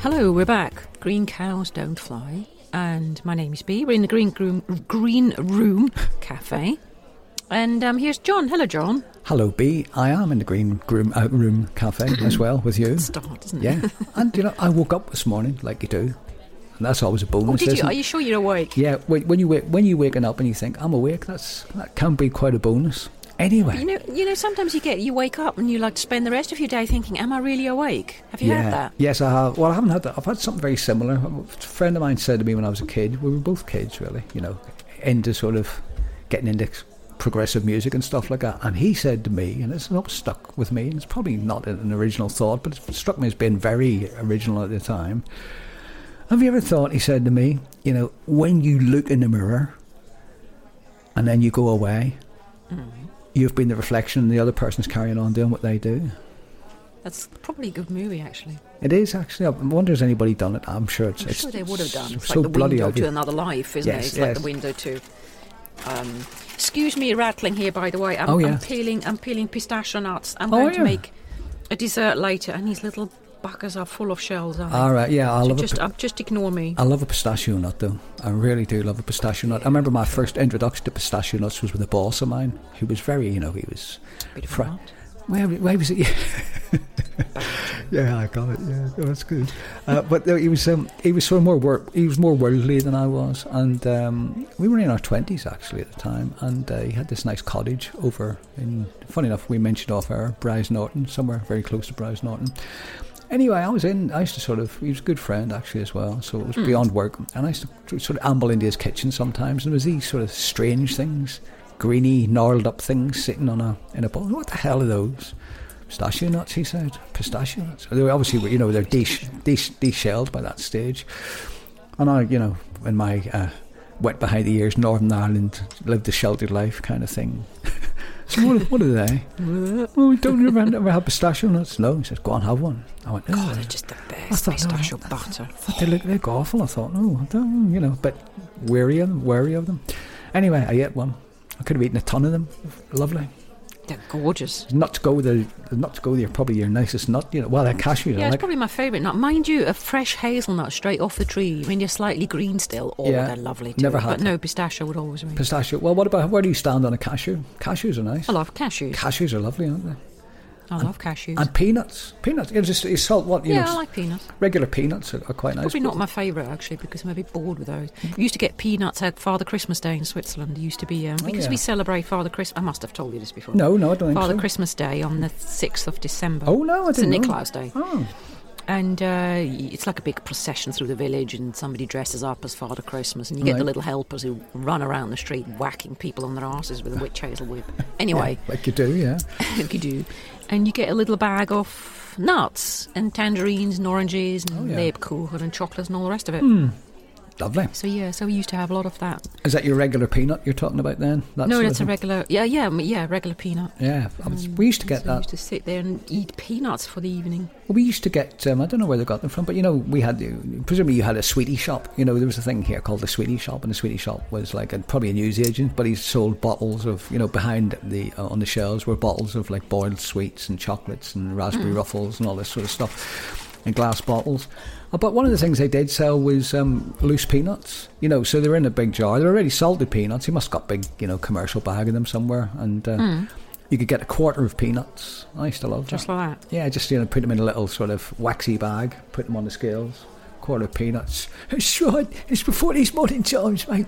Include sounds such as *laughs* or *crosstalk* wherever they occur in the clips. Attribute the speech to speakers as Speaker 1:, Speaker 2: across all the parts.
Speaker 1: Hello, we're back. Green cows don't fly. And my name is Bee. We're in the Green Room, green room *laughs* Cafe. And um, here's John. Hello, John.
Speaker 2: Hello, B. I am in the Green Room, uh, room Cafe
Speaker 1: *clears throat*
Speaker 2: as well with you.
Speaker 1: Start, isn't it?
Speaker 2: Yeah, and you know, I woke up this morning like you do, and that's always a bonus.
Speaker 1: Oh, did you?
Speaker 2: isn't
Speaker 1: Are
Speaker 2: it?
Speaker 1: you sure you're awake?
Speaker 2: Yeah, when, when you wake, when you're waking up and you think I'm awake, that's that can be quite a bonus. Anyway,
Speaker 1: You know, you know. Sometimes you get you wake up and you like to spend the rest of your day thinking, "Am I really awake?" Have you
Speaker 2: yeah,
Speaker 1: had that?
Speaker 2: yes, I have. Well, I haven't had that. I've had something very similar. A friend of mine said to me when I was a kid. We were both kids, really. You know, into sort of getting into progressive music and stuff like that. And he said to me, and it's not stuck with me. And it's probably not an original thought, but it struck me as being very original at the time. Have you ever thought, he said to me, you know, when you look in the mirror and then you go away,
Speaker 1: Mm-hmm.
Speaker 2: you've been the reflection and the other person's carrying on doing what they do.
Speaker 1: That's probably a good movie, actually.
Speaker 2: It is actually, I wonder has anybody done it? I'm sure it's.
Speaker 1: I'm
Speaker 2: it's
Speaker 1: sure they would have done. It's
Speaker 2: so
Speaker 1: like the
Speaker 2: bloody
Speaker 1: window
Speaker 2: obvious.
Speaker 1: to another life, isn't
Speaker 2: Yes,
Speaker 1: it? It's like the
Speaker 2: yes.
Speaker 1: window to. Um, excuse me, rattling here. By the way, I'm,
Speaker 2: Oh,
Speaker 1: I'm
Speaker 2: yeah.
Speaker 1: peeling. I'm peeling pistachio nuts. I'm
Speaker 2: Oh,
Speaker 1: going to
Speaker 2: yeah.
Speaker 1: make a dessert later, and these little buggers are full of shells. Aren't they?
Speaker 2: All right, yeah, Ah, I
Speaker 1: So
Speaker 2: love
Speaker 1: just,
Speaker 2: a,
Speaker 1: um, just ignore me.
Speaker 2: I love a pistachio nut though. I really do love a pistachio nut. I remember my first introduction to pistachio nuts was with a boss of mine who was very, you know, he was.
Speaker 1: Bit of
Speaker 2: Fra-
Speaker 1: art.
Speaker 2: Where, where was it? *laughs* Yeah. yeah, I got it. Yeah, oh, that's good. Uh, but no, he was um, he was sort of more work. He was more worldly than I was, and um, we were in our twenties actually at the time. And uh, he had this nice cottage over in. Funny enough, we mentioned off air Bryce Norton, somewhere very close to Bryce Norton. Anyway, I was in. I used to sort of. He was a good friend actually as well, so it was beyond work. And I used to sort of amble into his kitchen sometimes, and there was these sort of strange things, greeny, gnarled up things sitting on a in a bowl. What the hell are those? Pistachio nuts, he said. Pistachio nuts. They were obviously, were, you know, they're desh- desh- deshelled by that stage. And I, you know, in my uh, wet behind the ears, Northern Ireland, lived a sheltered life kind of thing. *laughs* so what, what are they? well, don't you remember ever had pistachio nuts? No. He says, go and have one. I went,
Speaker 1: Oh,
Speaker 2: "Oh,
Speaker 1: they're just the best
Speaker 2: thought-
Speaker 1: pistachio
Speaker 2: I
Speaker 1: butter.
Speaker 2: they look they look awful. I thought, no, I don't, you know, but weary of them, wary of them. Anyway, I ate one. I could have eaten a ton of them. Lovely.
Speaker 1: They're gorgeous.
Speaker 2: Not to go with the not to go with your probably your nicest nut, you know. Well, a cashew. I
Speaker 1: Yeah, it's
Speaker 2: like.
Speaker 1: probably my favourite nut. Mind you, a fresh hazelnut straight off the tree. I mean, they're slightly green still. Oh,
Speaker 2: Yeah,
Speaker 1: they're lovely too.
Speaker 2: never had
Speaker 1: but
Speaker 2: them.
Speaker 1: no, pistachio would always be.
Speaker 2: Pistachio. Well, what about where do you stand on a cashew? Cashews are nice.
Speaker 1: I love cashews.
Speaker 2: Cashews are lovely, aren't they?
Speaker 1: I love cashews.
Speaker 2: And peanuts. Peanuts. It's just it's salt. What you
Speaker 1: yeah,
Speaker 2: know?
Speaker 1: I like peanuts.
Speaker 2: Regular peanuts are, are quite nice.
Speaker 1: Probably not my favourite actually, because I'm a bit bored with those. We used to get peanuts at Father Christmas Day in Switzerland. It used to be um,
Speaker 2: Oh,
Speaker 1: because
Speaker 2: yeah.
Speaker 1: we celebrate Father Christmas. I must have told you this before.
Speaker 2: No, no, I don't think
Speaker 1: Father
Speaker 2: so.
Speaker 1: Christmas Day on the sixth of December.
Speaker 2: Oh no, I
Speaker 1: it's a
Speaker 2: didn't. know.
Speaker 1: Nicholas Day.
Speaker 2: Oh,
Speaker 1: And uh, y- it's like a big procession through the village, and somebody dresses up as Father Christmas, and you get the
Speaker 2: Right.
Speaker 1: little helpers who run around the street whacking people on their asses with a witch hazel whip. Anyway,
Speaker 2: like you do, *laughs* yeah.
Speaker 1: you do. And you get a little bag of nuts, and tangerines, and oranges, and
Speaker 2: Oh, yeah. Hmm.
Speaker 1: Lebkuchen, and chocolates, and all the rest of it.
Speaker 2: Lovely.
Speaker 1: So, yeah, so we used to have a lot of that.
Speaker 2: Is that your regular peanut you're talking about then? That
Speaker 1: no,
Speaker 2: sort of
Speaker 1: it's a
Speaker 2: thing?
Speaker 1: regular, yeah, yeah, m- yeah, regular peanut.
Speaker 2: Yeah, I was, we used to get
Speaker 1: so we
Speaker 2: that.
Speaker 1: used to sit there and eat peanuts for the evening.
Speaker 2: We used to get, um, I don't know where they got them from, but you know, we had, presumably you had a sweetie shop. You know, there was a thing here called the sweetie shop, and the sweetie shop was like a, probably a newsagent, but he sold bottles of, you know, behind the, uh, on the shelves were bottles of like boiled sweets and chocolates and raspberry ruffles and all this sort of stuff in glass bottles. Uh, But one of the things they did sell was um, loose peanuts, you know, so they were in a big jar. They were already salted peanuts. You must have got big, you know, commercial bag of them somewhere. And uh, you could get a quarter of peanuts. I used to love that.
Speaker 1: Just like that.
Speaker 2: Yeah, just you know, put them in a little sort of waxy bag, put them on the scales, quarter of peanuts. It's right, it's before these modern times, mate.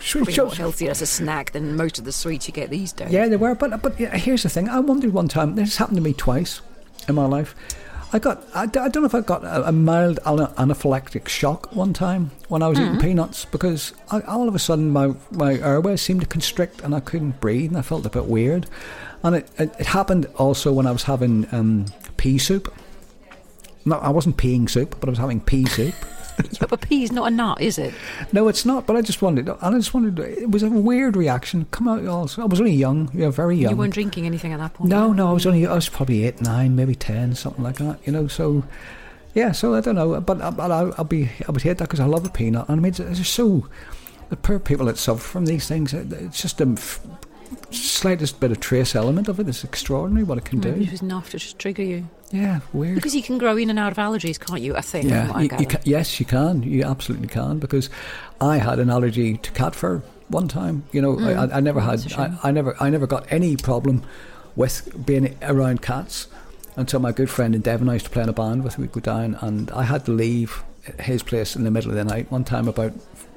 Speaker 2: Sweet
Speaker 1: Probably more
Speaker 2: shots.
Speaker 1: healthier as a snack than most of the sweets you get these days.
Speaker 2: Yeah, they were. But but yeah, here's the thing. I wondered one time. This happened to me twice in my life. I got. I, d- I don't know if I got a, a mild ana- anaphylactic shock one time when I was eating peanuts because I, all of a sudden my my airways seemed to constrict and I couldn't breathe and I felt a bit weird. And it it, it happened also when I was having um, pea soup. No, I wasn't peeing soup, but I was having pea soup.
Speaker 1: Yeah, but pea's not a nut, is it?
Speaker 2: No, it's not. But I just wondered. And I just wondered. It was a weird reaction. Come out. Also, I was only young. Yeah, very young.
Speaker 1: You weren't drinking anything at that point.
Speaker 2: Um, No, no, I was only I was probably eight, nine, maybe ten, something like that. You know, so yeah, so I don't know, but, but I, I'll be I would hate that because I love a peanut, and I mean, it's, it's just so the poor people that suffer from these things. it- It's just um, f- slightest bit of trace element of it is extraordinary what it can
Speaker 1: Maybe
Speaker 2: do.
Speaker 1: it was enough to just trigger you.
Speaker 2: Yeah, weird.
Speaker 1: Because you can grow in and out of allergies, can't you? I think. from
Speaker 2: Yeah,
Speaker 1: what I
Speaker 2: you, you
Speaker 1: gather.
Speaker 2: ca yes, you can. You absolutely can because I had an allergy to cat fur one time. You know, I I, I never
Speaker 1: Mm. That's
Speaker 2: had,
Speaker 1: a shame.
Speaker 2: I, I never, I never got any problem with being around cats until my good friend in Devon I used to play in a band with. We'd go down, and I had to leave his place in the middle of the night one time about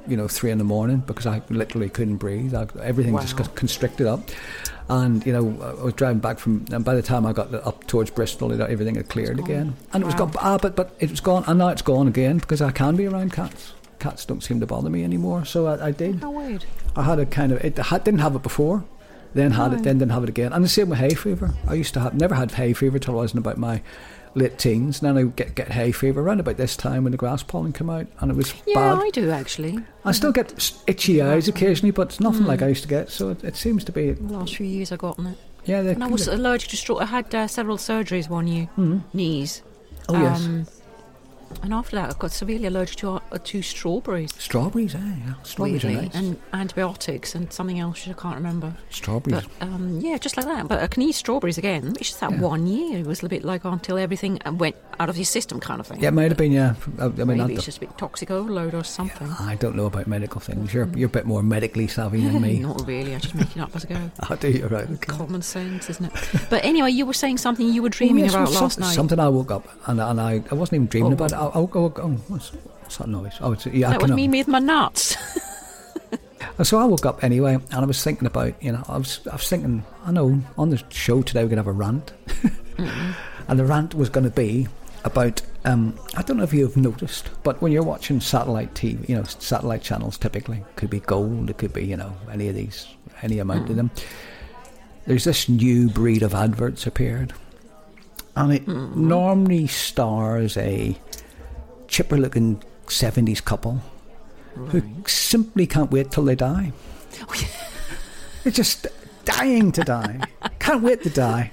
Speaker 2: you know three in the morning because I literally couldn't breathe. I, everything just
Speaker 1: Wow.
Speaker 2: got constricted up. And you know, I was driving back from, and by the time I got up towards Bristol, it- everything had cleared
Speaker 1: gone.
Speaker 2: again, and it was
Speaker 1: Wow.
Speaker 2: gone. Ah, but but it was gone, and now it's gone again because I can be around cats. Cats don't seem to bother me anymore, so I, I did.
Speaker 1: How weird.
Speaker 2: I had a kind of it I had, didn't have it before, then had
Speaker 1: Right.
Speaker 2: it, then didn't have it again. And the same with hay fever. I used to have never had hay fever till I was in about my late teens. And then I would get get hay fever around about this time when the grass pollen came out, and it was
Speaker 1: Yeah,
Speaker 2: bad.
Speaker 1: I do actually.
Speaker 2: I still get s- itchy eyes occasionally, but it's nothing
Speaker 1: Hmm.
Speaker 2: like I used to get. So it, it seems to be
Speaker 1: The last few years I've gotten it.
Speaker 2: yeah. they're
Speaker 1: And I
Speaker 2: kind
Speaker 1: was
Speaker 2: of-
Speaker 1: allergic to straw. I had uh, several surgeries one year,
Speaker 2: Mhm.
Speaker 1: knees.
Speaker 2: oh yes,
Speaker 1: um, and after that, I got severely allergic to, uh, to strawberries.
Speaker 2: strawberries. eh, yeah, strawberries
Speaker 1: weirdly,
Speaker 2: are nice.
Speaker 1: and antibiotics and something else which I can't remember.
Speaker 2: strawberries.
Speaker 1: But um, yeah, just like that. But I can eat strawberries again. It's just that
Speaker 2: Yeah.
Speaker 1: one year. It was a bit like until everything uh, went out of your system, kind of thing.
Speaker 2: yeah, it might have been yeah. I, I mean,
Speaker 1: Maybe
Speaker 2: I
Speaker 1: it's
Speaker 2: don't,
Speaker 1: just a bit toxic overload or something.
Speaker 2: I don't know about medical things. You're you're a bit more medically savvy than me. *laughs*
Speaker 1: *laughs* Not really. I just make it up as I go.
Speaker 2: I do. You're right. okay.
Speaker 1: Common sense, isn't it? But anyway, you were saying something you were dreaming
Speaker 2: Oh, yes,
Speaker 1: about
Speaker 2: well,
Speaker 1: last
Speaker 2: some-
Speaker 1: night.
Speaker 2: Something I woke up and, and I, I wasn't even dreaming
Speaker 1: Oh.
Speaker 2: about it. I, I woke, I woke, oh, what's, what's that noise? Oh, it's, yeah, I
Speaker 1: that was
Speaker 2: can-
Speaker 1: me with my nuts.
Speaker 2: And So I woke up anyway, and I was thinking about you know I was I was thinking I know on the show today we're gonna have a rant, *laughs* and the rant was gonna be about um, I don't know if you've noticed, but when you're watching satellite TV, you know satellite channels typically could be gold, it could be you know any of these any amount
Speaker 1: Mm.
Speaker 2: of them. There's this new breed of adverts appeared, and it normally stars a chipper looking 70s couple who simply can't wait till they die. They're just dying to die. Can't wait to die.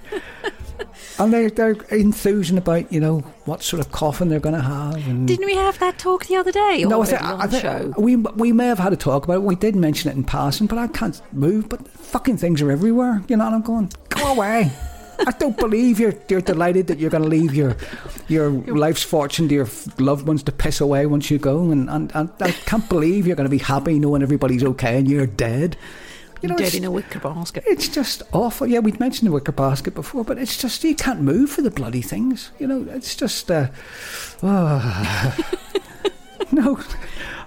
Speaker 2: And they're, they're enthusing about, you know, what sort of coffin they're going to have. And
Speaker 1: Didn't we have that talk the other day?
Speaker 2: Mm. no, I
Speaker 1: already
Speaker 2: think, I
Speaker 1: on
Speaker 2: think
Speaker 1: show.
Speaker 2: we we may have had a talk about it. We did mention it in passing, but I can't move. But fucking things are everywhere, you know. And I'm going, go away. I don't believe you're you're delighted that you're going to leave your your life's fortune to your f- loved ones to piss away once you go, and and, and I can't believe you're going to be happy knowing everybody's okay and you're dead. You know,
Speaker 1: Dead
Speaker 2: it's-
Speaker 1: in a wicker basket.
Speaker 2: it's just awful. Yeah, we'd mentioned the wicker basket before, but it's just you can't move for the bloody things. You know, it's just. Uh, *sighs*
Speaker 1: *laughs*
Speaker 2: no,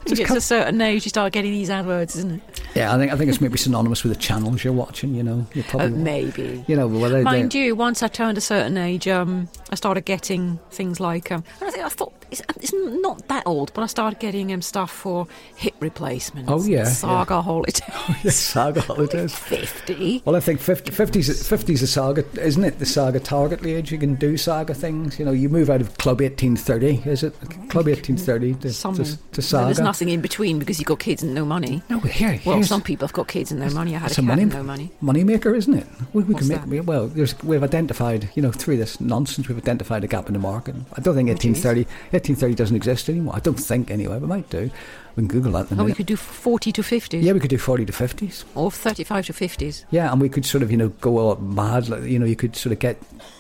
Speaker 1: It's
Speaker 2: just
Speaker 1: a certain age you start getting these adwords, isn't it?
Speaker 2: Yeah, I think I think it's maybe synonymous with the channels you're watching. You know, you
Speaker 1: Uh,
Speaker 2: probably
Speaker 1: maybe.
Speaker 2: you know well, they,
Speaker 1: Mind
Speaker 2: they,
Speaker 1: you, once I turned a certain age, um, I started getting things like. Um, and I think I thought it's, it's not that old, but I started getting um, stuff for hip replacements.
Speaker 2: Oh, yeah,
Speaker 1: saga holidays.
Speaker 2: *laughs* Yes, saga holidays.
Speaker 1: *laughs* Fifty.
Speaker 2: Well, I think 50, 50's, 50's a saga, isn't it? The saga target age. You can do saga things. You know, you move out of Club 1830, is it? Club 1830 to,
Speaker 1: Something.
Speaker 2: to, to
Speaker 1: No,
Speaker 2: saga.
Speaker 1: there's nothing in between because you've got kids and no money.
Speaker 2: no, here,
Speaker 1: Well,
Speaker 2: here's-
Speaker 1: some people have got kids and no money. I had a
Speaker 2: It's
Speaker 1: cat
Speaker 2: a money,
Speaker 1: and no money.
Speaker 2: moneymaker, isn't it? We, we
Speaker 1: What's
Speaker 2: can make
Speaker 1: that?
Speaker 2: we- well. There's, we've identified, you know, through this nonsense, we've identified a gap in the market. I don't think
Speaker 1: Which is?
Speaker 2: 1830, 1830 doesn't exist anymore. I don't think anyway. We might do. We can Google that. In a
Speaker 1: Oh, we
Speaker 2: minute.
Speaker 1: could do forty to fifties,
Speaker 2: yeah, we could do 40 to 50s.
Speaker 1: or thirty-five to fifties.
Speaker 2: Yeah, and we could sort of, you know, go all mad. Like, you know, you could sort of get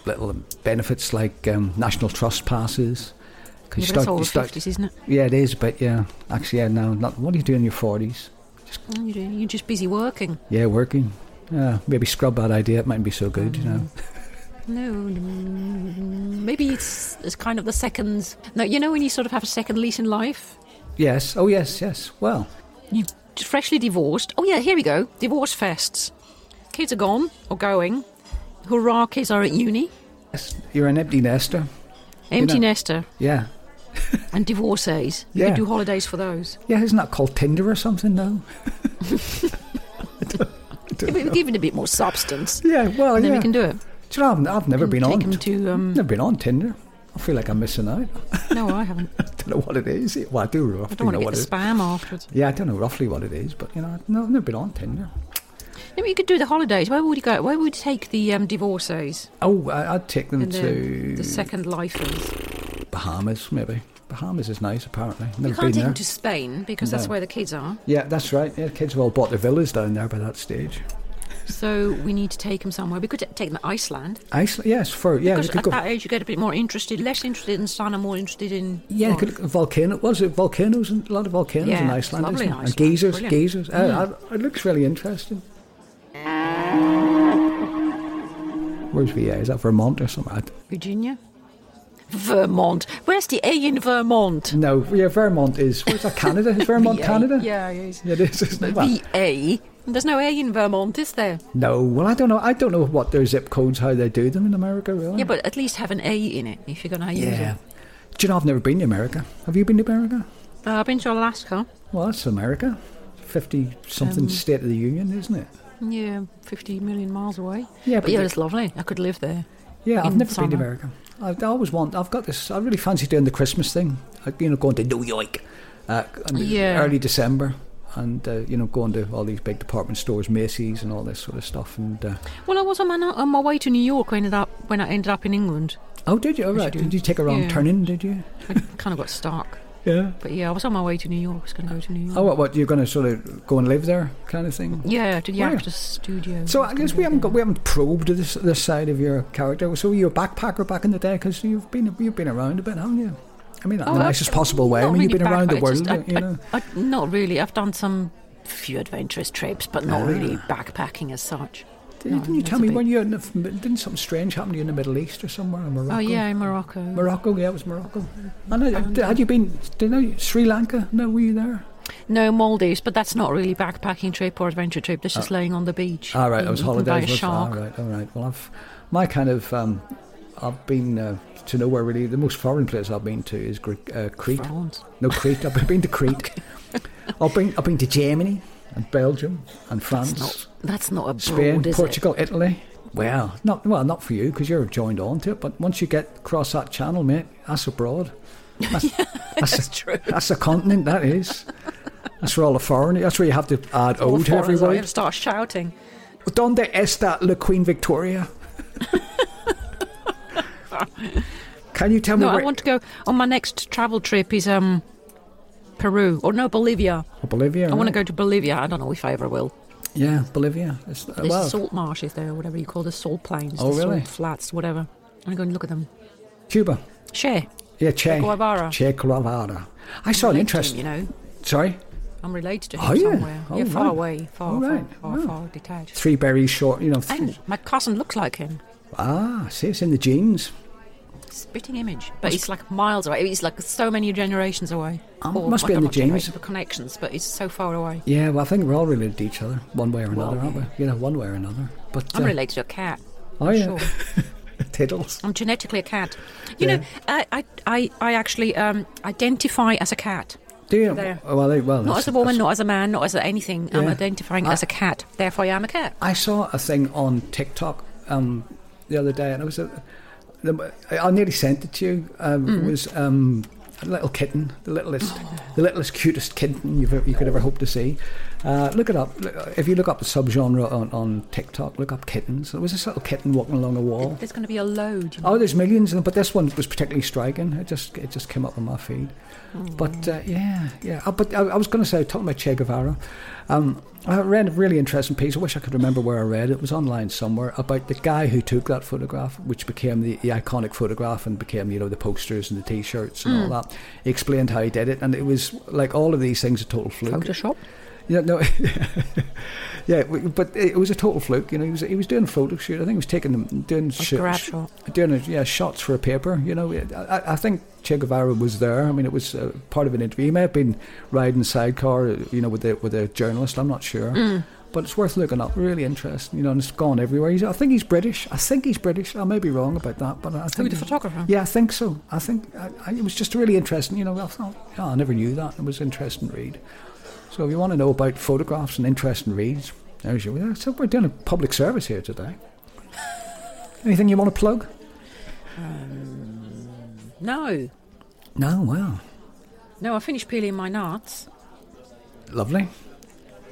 Speaker 2: little benefits like um, national trust passes. 'Cause you
Speaker 1: Yeah, but that's
Speaker 2: start-
Speaker 1: all
Speaker 2: you
Speaker 1: the
Speaker 2: start-
Speaker 1: fifties, isn't it?
Speaker 2: yeah, it is, but yeah, actually, yeah, no, not. What do you do in your forties?
Speaker 1: Mm, you do- You're just busy working.
Speaker 2: Yeah, working. Yeah, maybe scrub that idea. It mightn't be so good, you know.
Speaker 1: No, mm, maybe it's, it's kind of the second. No, you know when you sort of have a second lease in life.
Speaker 2: Yes. Oh, yes, yes. Well,
Speaker 1: You freshly divorced. Oh yeah, here we go. Divorce fests. Kids are gone or going. Hurrah! Kids are at uni.
Speaker 2: yes, you're an empty nester.
Speaker 1: Empty
Speaker 2: You know-
Speaker 1: nester
Speaker 2: Yeah.
Speaker 1: and divorcees. You
Speaker 2: Yeah.
Speaker 1: could do holidays for those.
Speaker 2: Yeah, isn't that called Tinder or something, though? *laughs*
Speaker 1: If we give it a bit
Speaker 2: *laughs*
Speaker 1: more substance,
Speaker 2: Yeah, well,
Speaker 1: then
Speaker 2: Oh, yeah.
Speaker 1: we can do it.
Speaker 2: Do you know, I've, I've never
Speaker 1: And
Speaker 2: been
Speaker 1: take
Speaker 2: on.
Speaker 1: them to.
Speaker 2: *laughs*
Speaker 1: Um,
Speaker 2: Never been on Tinder. I feel like I'm missing out. *laughs*
Speaker 1: no, I haven't.
Speaker 2: I don't know what it is. Well, I do
Speaker 1: I
Speaker 2: roughly
Speaker 1: don't want
Speaker 2: know
Speaker 1: to get
Speaker 2: what
Speaker 1: the
Speaker 2: it is.
Speaker 1: spam afterwards.
Speaker 2: Yeah, I don't know roughly what it is, but you know, no, I've never been on Tinder.
Speaker 1: Maybe you could do the holidays. Where would you go? Where would you take the um, divorcees
Speaker 2: Oh, I, I'd take them
Speaker 1: and the,
Speaker 2: to
Speaker 1: the second lifers?
Speaker 2: Bahamas, maybe. Bahamas is nice, apparently. Never
Speaker 1: You can't
Speaker 2: been
Speaker 1: take
Speaker 2: there.
Speaker 1: them to Spain because that's
Speaker 2: No.
Speaker 1: where the kids are.
Speaker 2: Yeah, that's right. Yeah, kids have all bought their villas down there by that stage.
Speaker 1: so we need to take them somewhere. We could t- take them to Iceland.
Speaker 2: Iceland, yes, for yeah, you
Speaker 1: because
Speaker 2: could
Speaker 1: at
Speaker 2: go.
Speaker 1: that age you get a bit more interested, less interested in sun and more interested in
Speaker 2: Yeah, you
Speaker 1: life.
Speaker 2: could look at volcano. What is it? Volcanoes and a lot of volcanoes in
Speaker 1: Yeah, it's
Speaker 2: Iceland,
Speaker 1: lovely
Speaker 2: isn't it?
Speaker 1: in
Speaker 2: and
Speaker 1: Iceland,
Speaker 2: geysers,
Speaker 1: brilliant.
Speaker 2: geysers. Uh, I- it looks really interesting. Where's VA? Is that Vermont or something? I-
Speaker 1: Virginia, Vermont. Where's the A in Vermont?
Speaker 2: No, yeah, Vermont is. Where's that? Canada?
Speaker 1: *laughs*
Speaker 2: Is Vermont
Speaker 1: VA.
Speaker 2: Canada?
Speaker 1: Yeah, it is.
Speaker 2: it is. Isn't it? Well,
Speaker 1: V A. There's no A in Vermont, is there?
Speaker 2: no, well, I don't know. I don't know what their zip codes, how they do them in America, really.
Speaker 1: Yeah, but at least have an A in it if you're going to use
Speaker 2: yeah.
Speaker 1: it.
Speaker 2: Do you know? I've never been to America. Have you been to America?
Speaker 1: Uh, I've been to Alaska.
Speaker 2: Well, that's America. 50
Speaker 1: Um,
Speaker 2: something State of the Union, isn't it?
Speaker 1: Yeah, 50 million miles away.
Speaker 2: Yeah,
Speaker 1: But yeah, it's lovely. I could live there.
Speaker 2: yeah I've
Speaker 1: in
Speaker 2: never been to
Speaker 1: summer.
Speaker 2: America. I, I always want, I've got this, I really fancy doing the Christmas thing. Like, you know, going to New York uh, in
Speaker 1: Yeah.
Speaker 2: early December and, uh, you know, going to all these big department stores, Macy's and all this sort of stuff. And uh,
Speaker 1: Well, I was on my, on my way to New York when, I ended up, when I ended up in England.
Speaker 2: Oh, did you? All
Speaker 1: Yes,
Speaker 2: right.
Speaker 1: you do.
Speaker 2: Did you take a wrong
Speaker 1: Yeah.
Speaker 2: turn in, did you?
Speaker 1: I kind of got stuck.
Speaker 2: Yeah.
Speaker 1: But yeah, I was on my way to New York. I was going to go to New York.
Speaker 2: Oh, what, what you're going to sort of go and live there kind of thing?
Speaker 1: Yeah, to the
Speaker 2: Wow.
Speaker 1: actor's studio.
Speaker 2: So I guess we haven't got, we haven't probed this this side of your character. So you're a backpacker back in the day because you've been you've been around a bit, haven't you? I mean, not in
Speaker 1: Oh,
Speaker 2: the
Speaker 1: I've-
Speaker 2: nicest possible way. I
Speaker 1: not
Speaker 2: mean, you've
Speaker 1: really
Speaker 2: been around the
Speaker 1: backpack,
Speaker 2: world,
Speaker 1: just- I-
Speaker 2: you know.
Speaker 1: I, I, not really. I've done some few adventurous trips, but
Speaker 2: Ah.
Speaker 1: not really backpacking as such.
Speaker 2: Didn't,
Speaker 1: no,
Speaker 2: didn't you
Speaker 1: that's
Speaker 2: tell
Speaker 1: a
Speaker 2: me
Speaker 1: bit-
Speaker 2: when you were in the, didn't something strange happen to you in the Middle East or somewhere in Morocco?
Speaker 1: Oh yeah, Mm-hmm. in Morocco.
Speaker 2: Morocco. Yeah, it was Morocco. I know. Had you been? Did you know Sri Lanka? No, were you there?
Speaker 1: No Maldives, but that's not really backpacking trip or adventure trip. That's just laying on the beach.
Speaker 2: All Ah. right,
Speaker 1: being
Speaker 2: it was
Speaker 1: eaten Mm, By a
Speaker 2: holidays. Was, all
Speaker 1: shark.
Speaker 2: right, all right. Well, I've my kind of um, I've been uh, to nowhere really. The most foreign place I've been to is Greek, uh, Crete.
Speaker 1: France.
Speaker 2: No, Crete. I've been to Crete.
Speaker 1: *laughs*
Speaker 2: I've been I've been to Germany and Belgium and France,
Speaker 1: It's not. That's not abroad,
Speaker 2: Spain,
Speaker 1: is
Speaker 2: Portugal, Italy. Well, not well, not for you because you're joined on to it. But once you get across that channel, mate, that's
Speaker 1: *laughs*
Speaker 2: abroad. That's, that's,
Speaker 1: it? It's true.
Speaker 2: a, that's a continent. That is. That's where all the foreign. That's where you have to add
Speaker 1: All
Speaker 2: O to every
Speaker 1: foreigners are
Speaker 2: word.
Speaker 1: gonna start shouting.
Speaker 2: ¿Dónde está la Queen
Speaker 1: *laughs*
Speaker 2: Victoria? Can you tell me
Speaker 1: No,
Speaker 2: where
Speaker 1: I want to go on my next travel trip. Is um. Peru or no Bolivia?
Speaker 2: Oh, Bolivia?
Speaker 1: I want to go to Bolivia. I don't know if I ever will.
Speaker 2: Yeah, Bolivia. It's, uh,
Speaker 1: There's
Speaker 2: well,
Speaker 1: salt marshes there, or whatever you call the salt plains,
Speaker 2: Oh,
Speaker 1: the
Speaker 2: really?
Speaker 1: salt flats, whatever. I'm going to look at them.
Speaker 2: Cuba.
Speaker 1: Share.
Speaker 2: Yeah, Che.
Speaker 1: Guevara.
Speaker 2: Che Guevara. I saw an interesting.
Speaker 1: You know,
Speaker 2: Sorry,
Speaker 1: I'm related to him
Speaker 2: Are you?
Speaker 1: somewhere.
Speaker 2: Oh,
Speaker 1: yeah, far
Speaker 2: right.
Speaker 1: away, far,
Speaker 2: Oh, right.
Speaker 1: far, far,
Speaker 2: Wow.
Speaker 1: far detached.
Speaker 2: three berries short. You know. th-
Speaker 1: And my cousin looks like him.
Speaker 2: ah, see, it's in the genes.
Speaker 1: Spitting image. But it's like miles away. It's like so many generations away.
Speaker 2: Oh, must be in
Speaker 1: not
Speaker 2: the genes.
Speaker 1: generations, but connections, but it's so far away.
Speaker 2: Yeah, well, I think we're all related to each other, one way or another,
Speaker 1: Well,
Speaker 2: aren't we? You know, one way or another. But
Speaker 1: I'm
Speaker 2: uh,
Speaker 1: related to a cat.
Speaker 2: Oh yeah,
Speaker 1: Sure.
Speaker 2: *laughs* tiddles.
Speaker 1: I'm genetically a cat. You
Speaker 2: Yeah.
Speaker 1: know, I, I, I, I actually um, identify as a cat.
Speaker 2: Do you?
Speaker 1: There.
Speaker 2: Well, they, well,
Speaker 1: Not
Speaker 2: that's-
Speaker 1: as a woman, not as a man, not as anything. I'm
Speaker 2: Yeah.
Speaker 1: identifying as a cat. Therefore, I am a cat.
Speaker 2: I saw a thing on TikTok um, the other day, and it was a, the, I nearly sent it to you. Um,
Speaker 1: Mm-hmm.
Speaker 2: It was um, a little kitten, the littlest, the littlest, cutest kitten you've, ever- you could ever hope to see. Uh, look it up. Look- If you look up the subgenre on, on TikTok, look up kittens. There was this little kitten walking along a wall.
Speaker 1: There's going to be a load. You know?
Speaker 2: Oh, there's millions of them, but this one was particularly striking. It just it just came up on my feed. But uh, yeah, yeah. Uh, but I, I was going to say, talking about Che Guevara, um, I read a really interesting piece. I wish I could remember where I read it. It was online somewhere about the guy who took that photograph, which became the, the iconic photograph and became you know the posters and the T-shirts
Speaker 1: Hmm.
Speaker 2: and all that. He explained how he did it, and it was like all of these things a total fluke.
Speaker 1: Photoshop.
Speaker 2: Yeah, no, *laughs* yeah, we- but it was a total fluke. You know, he was he was doing a photo shoot. I think he was taking them doing shoot-
Speaker 1: grab
Speaker 2: sh-
Speaker 1: shot.
Speaker 2: doing a, yeah shots for a paper. You know, I- I, I think Che Guevara was there. I mean, it was uh, part of an interview. He may have been riding sidecar, uh, you know, with the with a journalist. I'm not sure,
Speaker 1: Mm.
Speaker 2: but it's worth looking up. Really interesting. You know, and it's gone everywhere. He's, I think he's British. I think he's British. I may be wrong about that, but I
Speaker 1: Who
Speaker 2: think
Speaker 1: the
Speaker 2: he's-
Speaker 1: photographer?
Speaker 2: yeah, I think so. I think I, I, it was just really interesting. You know, I thought, yeah, I never knew that. It was an interesting read. So if you want to know about photographs and interesting reads, there's you. Yeah, So we're doing a public service here today. Anything you want to plug?
Speaker 1: No,
Speaker 2: No, wow.
Speaker 1: no. I finished peeling my nuts.
Speaker 2: Lovely.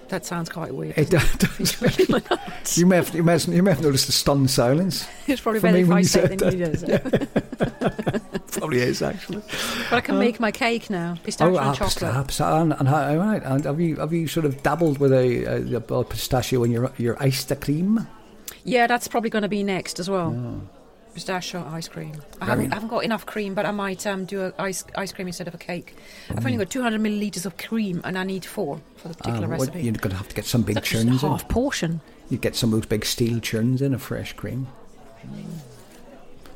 Speaker 1: That sounds quite weird.
Speaker 2: It, *laughs*
Speaker 1: Peeling my nuts.
Speaker 2: you, may have, you, may have, you may have noticed the stunned silence.
Speaker 1: *laughs* It's probably
Speaker 2: For
Speaker 1: better
Speaker 2: me *laughs*
Speaker 1: if
Speaker 2: when
Speaker 1: I
Speaker 2: you
Speaker 1: say
Speaker 2: said
Speaker 1: it than you do. so.
Speaker 2: Probably is *laughs* actually.
Speaker 1: But I can make my cake now. Pistachio
Speaker 2: ah,
Speaker 1: and chocolate.
Speaker 2: pistachio. Oh, And, and how, all right, and have you have you sort of dabbled with a, a, a pistachio in your your iced cream?
Speaker 1: Yeah, that's probably going to be next as well. Pistachio ice cream. I haven't, I haven't got enough cream, but I might um, do a ice ice cream instead of a cake. I've only got 200 milliliters of cream, and I need four for the particular
Speaker 2: Um, what-
Speaker 1: recipe.
Speaker 2: you're going to have to get some big
Speaker 1: that's just
Speaker 2: churns in.
Speaker 1: half portion.
Speaker 2: You get some of those big steel churns in a fresh cream.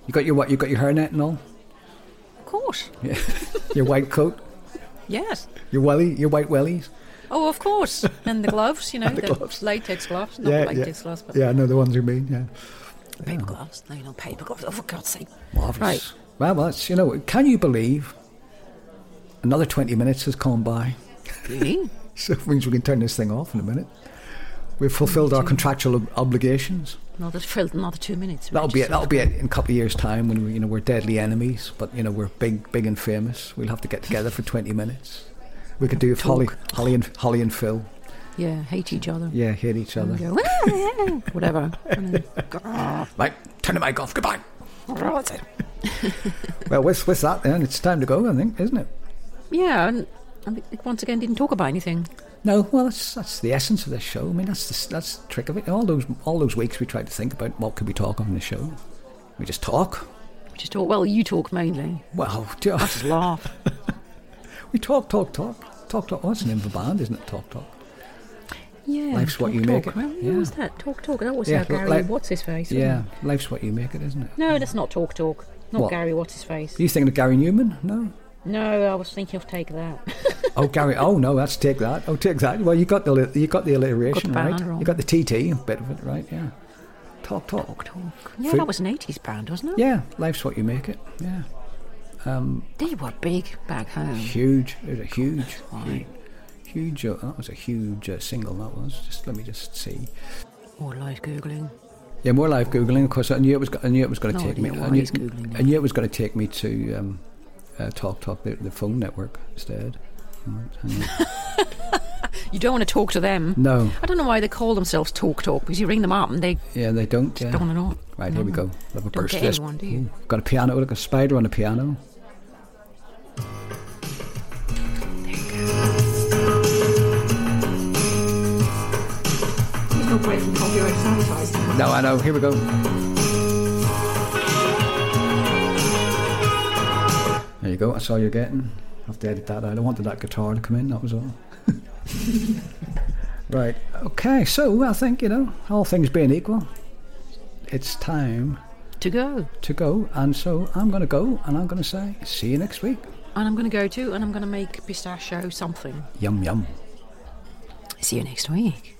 Speaker 2: You got your what? You got your hairnet and all.
Speaker 1: Of course.
Speaker 2: Yeah. your white coat.
Speaker 1: Yes.
Speaker 2: Your welly. Your white wellies.
Speaker 1: Oh, of course. And the
Speaker 2: *laughs*
Speaker 1: gloves, you know,
Speaker 2: And the
Speaker 1: the,
Speaker 2: gloves.
Speaker 1: latex gloves. Not
Speaker 2: Yeah,
Speaker 1: latex gloves, but
Speaker 2: Yeah, I know the ones you mean. Yeah.
Speaker 1: paper gloves. No, not paper gloves. Oh, for God's sake.
Speaker 2: Marvelous.
Speaker 1: Right.
Speaker 2: Well, that's you know. Can you believe? Another twenty minutes has gone by.
Speaker 1: Really?
Speaker 2: *laughs* So it means we can turn this thing off in a minute. We've fulfilled our contractual ob- obligations.
Speaker 1: *laughs* Another, filled another two minutes.
Speaker 2: That'll be it.
Speaker 1: Richardson.
Speaker 2: That'll be it in a couple of years' time when we, you know we're deadly enemies, but you know we're big, big and famous. We'll have to get together for twenty minutes. We could do if Holly,
Speaker 1: Talk.
Speaker 2: Holly and Holly and Phil.
Speaker 1: Yeah, hate each other.
Speaker 2: Yeah, hate each other.
Speaker 1: And go, "Ah, yeah," whatever.
Speaker 2: *laughs*
Speaker 1: And then, "Grrr,
Speaker 2: Right, turn the mic off. Goodbye.
Speaker 1: grrr," that's it.
Speaker 2: well, with with that, then it's time to go. I think, isn't it?
Speaker 1: yeah, and, and we- once again, didn't talk about anything.
Speaker 2: No, well, that's that's the essence of this show. I mean, that's the, that's the trick of it. All those all those weeks we tried to think about what could we talk on the show. We just talk.
Speaker 1: We Just talk. Well, you talk mainly.
Speaker 2: Well, *laughs* do-
Speaker 1: I just laugh.
Speaker 2: we talk, talk, talk, talk, talk. Oh, that's the name of a band, isn't it? Talk, talk.
Speaker 1: Yeah,
Speaker 2: Life's what
Speaker 1: talk,
Speaker 2: you make
Speaker 1: talk.
Speaker 2: it.
Speaker 1: Remember,
Speaker 2: Yeah.
Speaker 1: What was that? Talk, talk. That was
Speaker 2: Yeah,
Speaker 1: uh,
Speaker 2: but
Speaker 1: Gary.
Speaker 2: like-
Speaker 1: what's his face? wasn't
Speaker 2: Yeah, life's what you make it, isn't it?
Speaker 1: it? No, that's not talk, talk. Not
Speaker 2: What?
Speaker 1: Gary. What's his face?
Speaker 2: Are you thinking of Gary Newman? No.
Speaker 1: *laughs* No, I was thinking of take that. *laughs*
Speaker 2: Oh, Gary. Oh no, that's take that. Oh, take that. Well, you got the you got the alliteration
Speaker 1: Got the
Speaker 2: right.
Speaker 1: band wrong.
Speaker 2: You got the TT a bit of it right. Yeah. Talk, talk.
Speaker 1: Talk, talk. Yeah,
Speaker 2: Food-
Speaker 1: that was an '80s band, wasn't it?
Speaker 2: Yeah, life's what you make it. Yeah.
Speaker 1: They were big back home.
Speaker 2: Huge. It was a huge,
Speaker 1: Right.
Speaker 2: huge. Uh, that was a huge uh, single. That was. Just let me just see.
Speaker 1: Or live googling.
Speaker 2: Yeah, more live googling. Of course, I knew it was. go- I knew it was going to
Speaker 1: No
Speaker 2: take me.
Speaker 1: idea
Speaker 2: I
Speaker 1: why
Speaker 2: knew,
Speaker 1: he's Googling that.
Speaker 2: I knew it was going to take me to um, uh, Talk Talk, the, the phone network instead. Right, hang on.
Speaker 1: You don't want to talk to them.
Speaker 2: no,
Speaker 1: I don't know why they call themselves Talk Talk because you ring them up and they
Speaker 2: yeah, they don't. Yeah.
Speaker 1: don't want to know.
Speaker 2: Right, here we go. Love a
Speaker 1: Mm. Don't
Speaker 2: burst
Speaker 1: get
Speaker 2: list.
Speaker 1: anyone, do you?
Speaker 2: Ooh, Got a piano, like a spider on a piano.
Speaker 1: There's no break from copyright sanitizing.
Speaker 2: No, I know. Here we go. There you go. That's all you're getting. I have to edit that out. I wanted that guitar to come in. That was all. *laughs* right. Okay. So I think you know, all things being equal, it's time
Speaker 1: To go.
Speaker 2: to go. And so I'm going to go, and I'm going to say, see you next week.
Speaker 1: And I'm going to go to and I'm going to make pistachio something.
Speaker 2: Yum yum.
Speaker 1: See you next week.